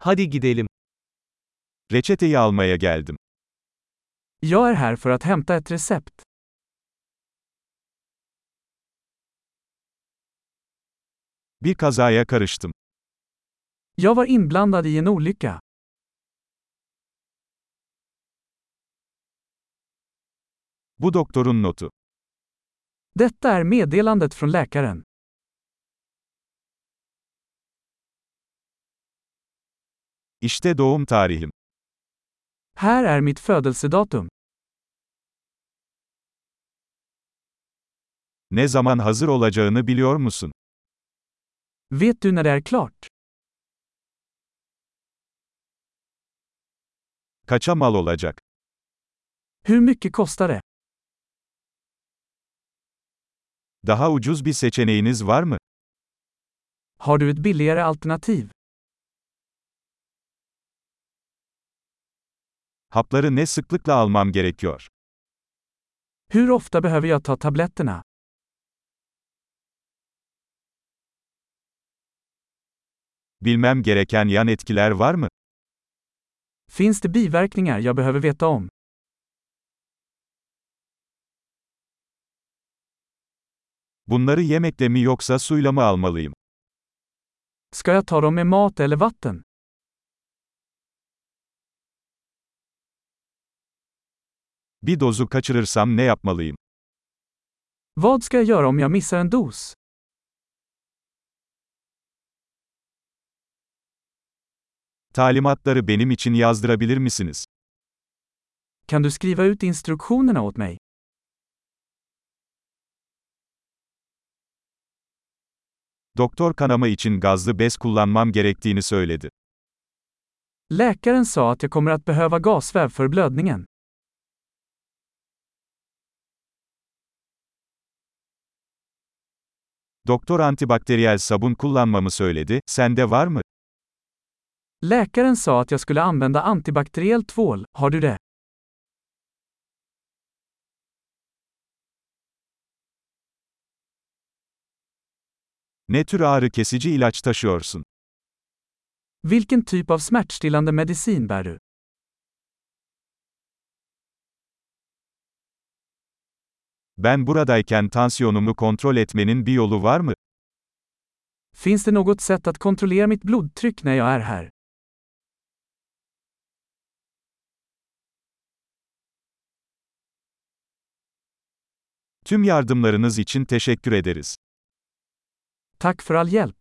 Hadi gidelim. Reçeteyi almaya geldim. Jag är här för att hämta ett recept. Bir kazaya karıştım. Jag var inblandad i en olycka. Bu doktorun notu. Detta är meddelandet från läkaren. İşte doğum tarihim. Här är mitt födelsedatum. Ne zaman hazır olacağını biliyor musun? Vet du när det är klart? Kaça mal olacak? Hur mycket kostar det? Daha ucuz bir seçeneğiniz var mı? Har du ett billigare alternativ? Hapları ne sıklıkla almam gerekiyor? Hur ofta behöver jag ta tabletterna? Bilmem gereken yan etkiler var mı? Finns det biverkningar jag behöver veta om? Bunları yemekle mi yoksa suyla mı almalıyım? Ska jag ta dem med mat eller vatten? Bir dozu kaçırırsam ne yapmalıyım? Vad ska jag göra om jag missar en dos? Talimatları benim için yazdırabilir misiniz? Kan du skriva ut instruktionerna åt mig? Doktor kanama için gazlı bez kullanmam gerektiğini söyledi. Läkaren sa att jag kommer att behöva gasväv för blödningen. Doktor antibakteriyel sabun kullanmamı söyledi. Sende var mı? Läkaren sa att jag skulle använda antibakteriell tvål, har du det? Ne tür ağrı kesici ilaç taşıyorsun? Vilken typ av smärtstillande medicin bär du? Ben buradayken tansiyonumu kontrol etmenin bir yolu var mı? Finns det något sätt att kontrollera mitt blodtryck när jag är här? Tüm yardımlarınız için teşekkür ederiz. Tack för all hjälp.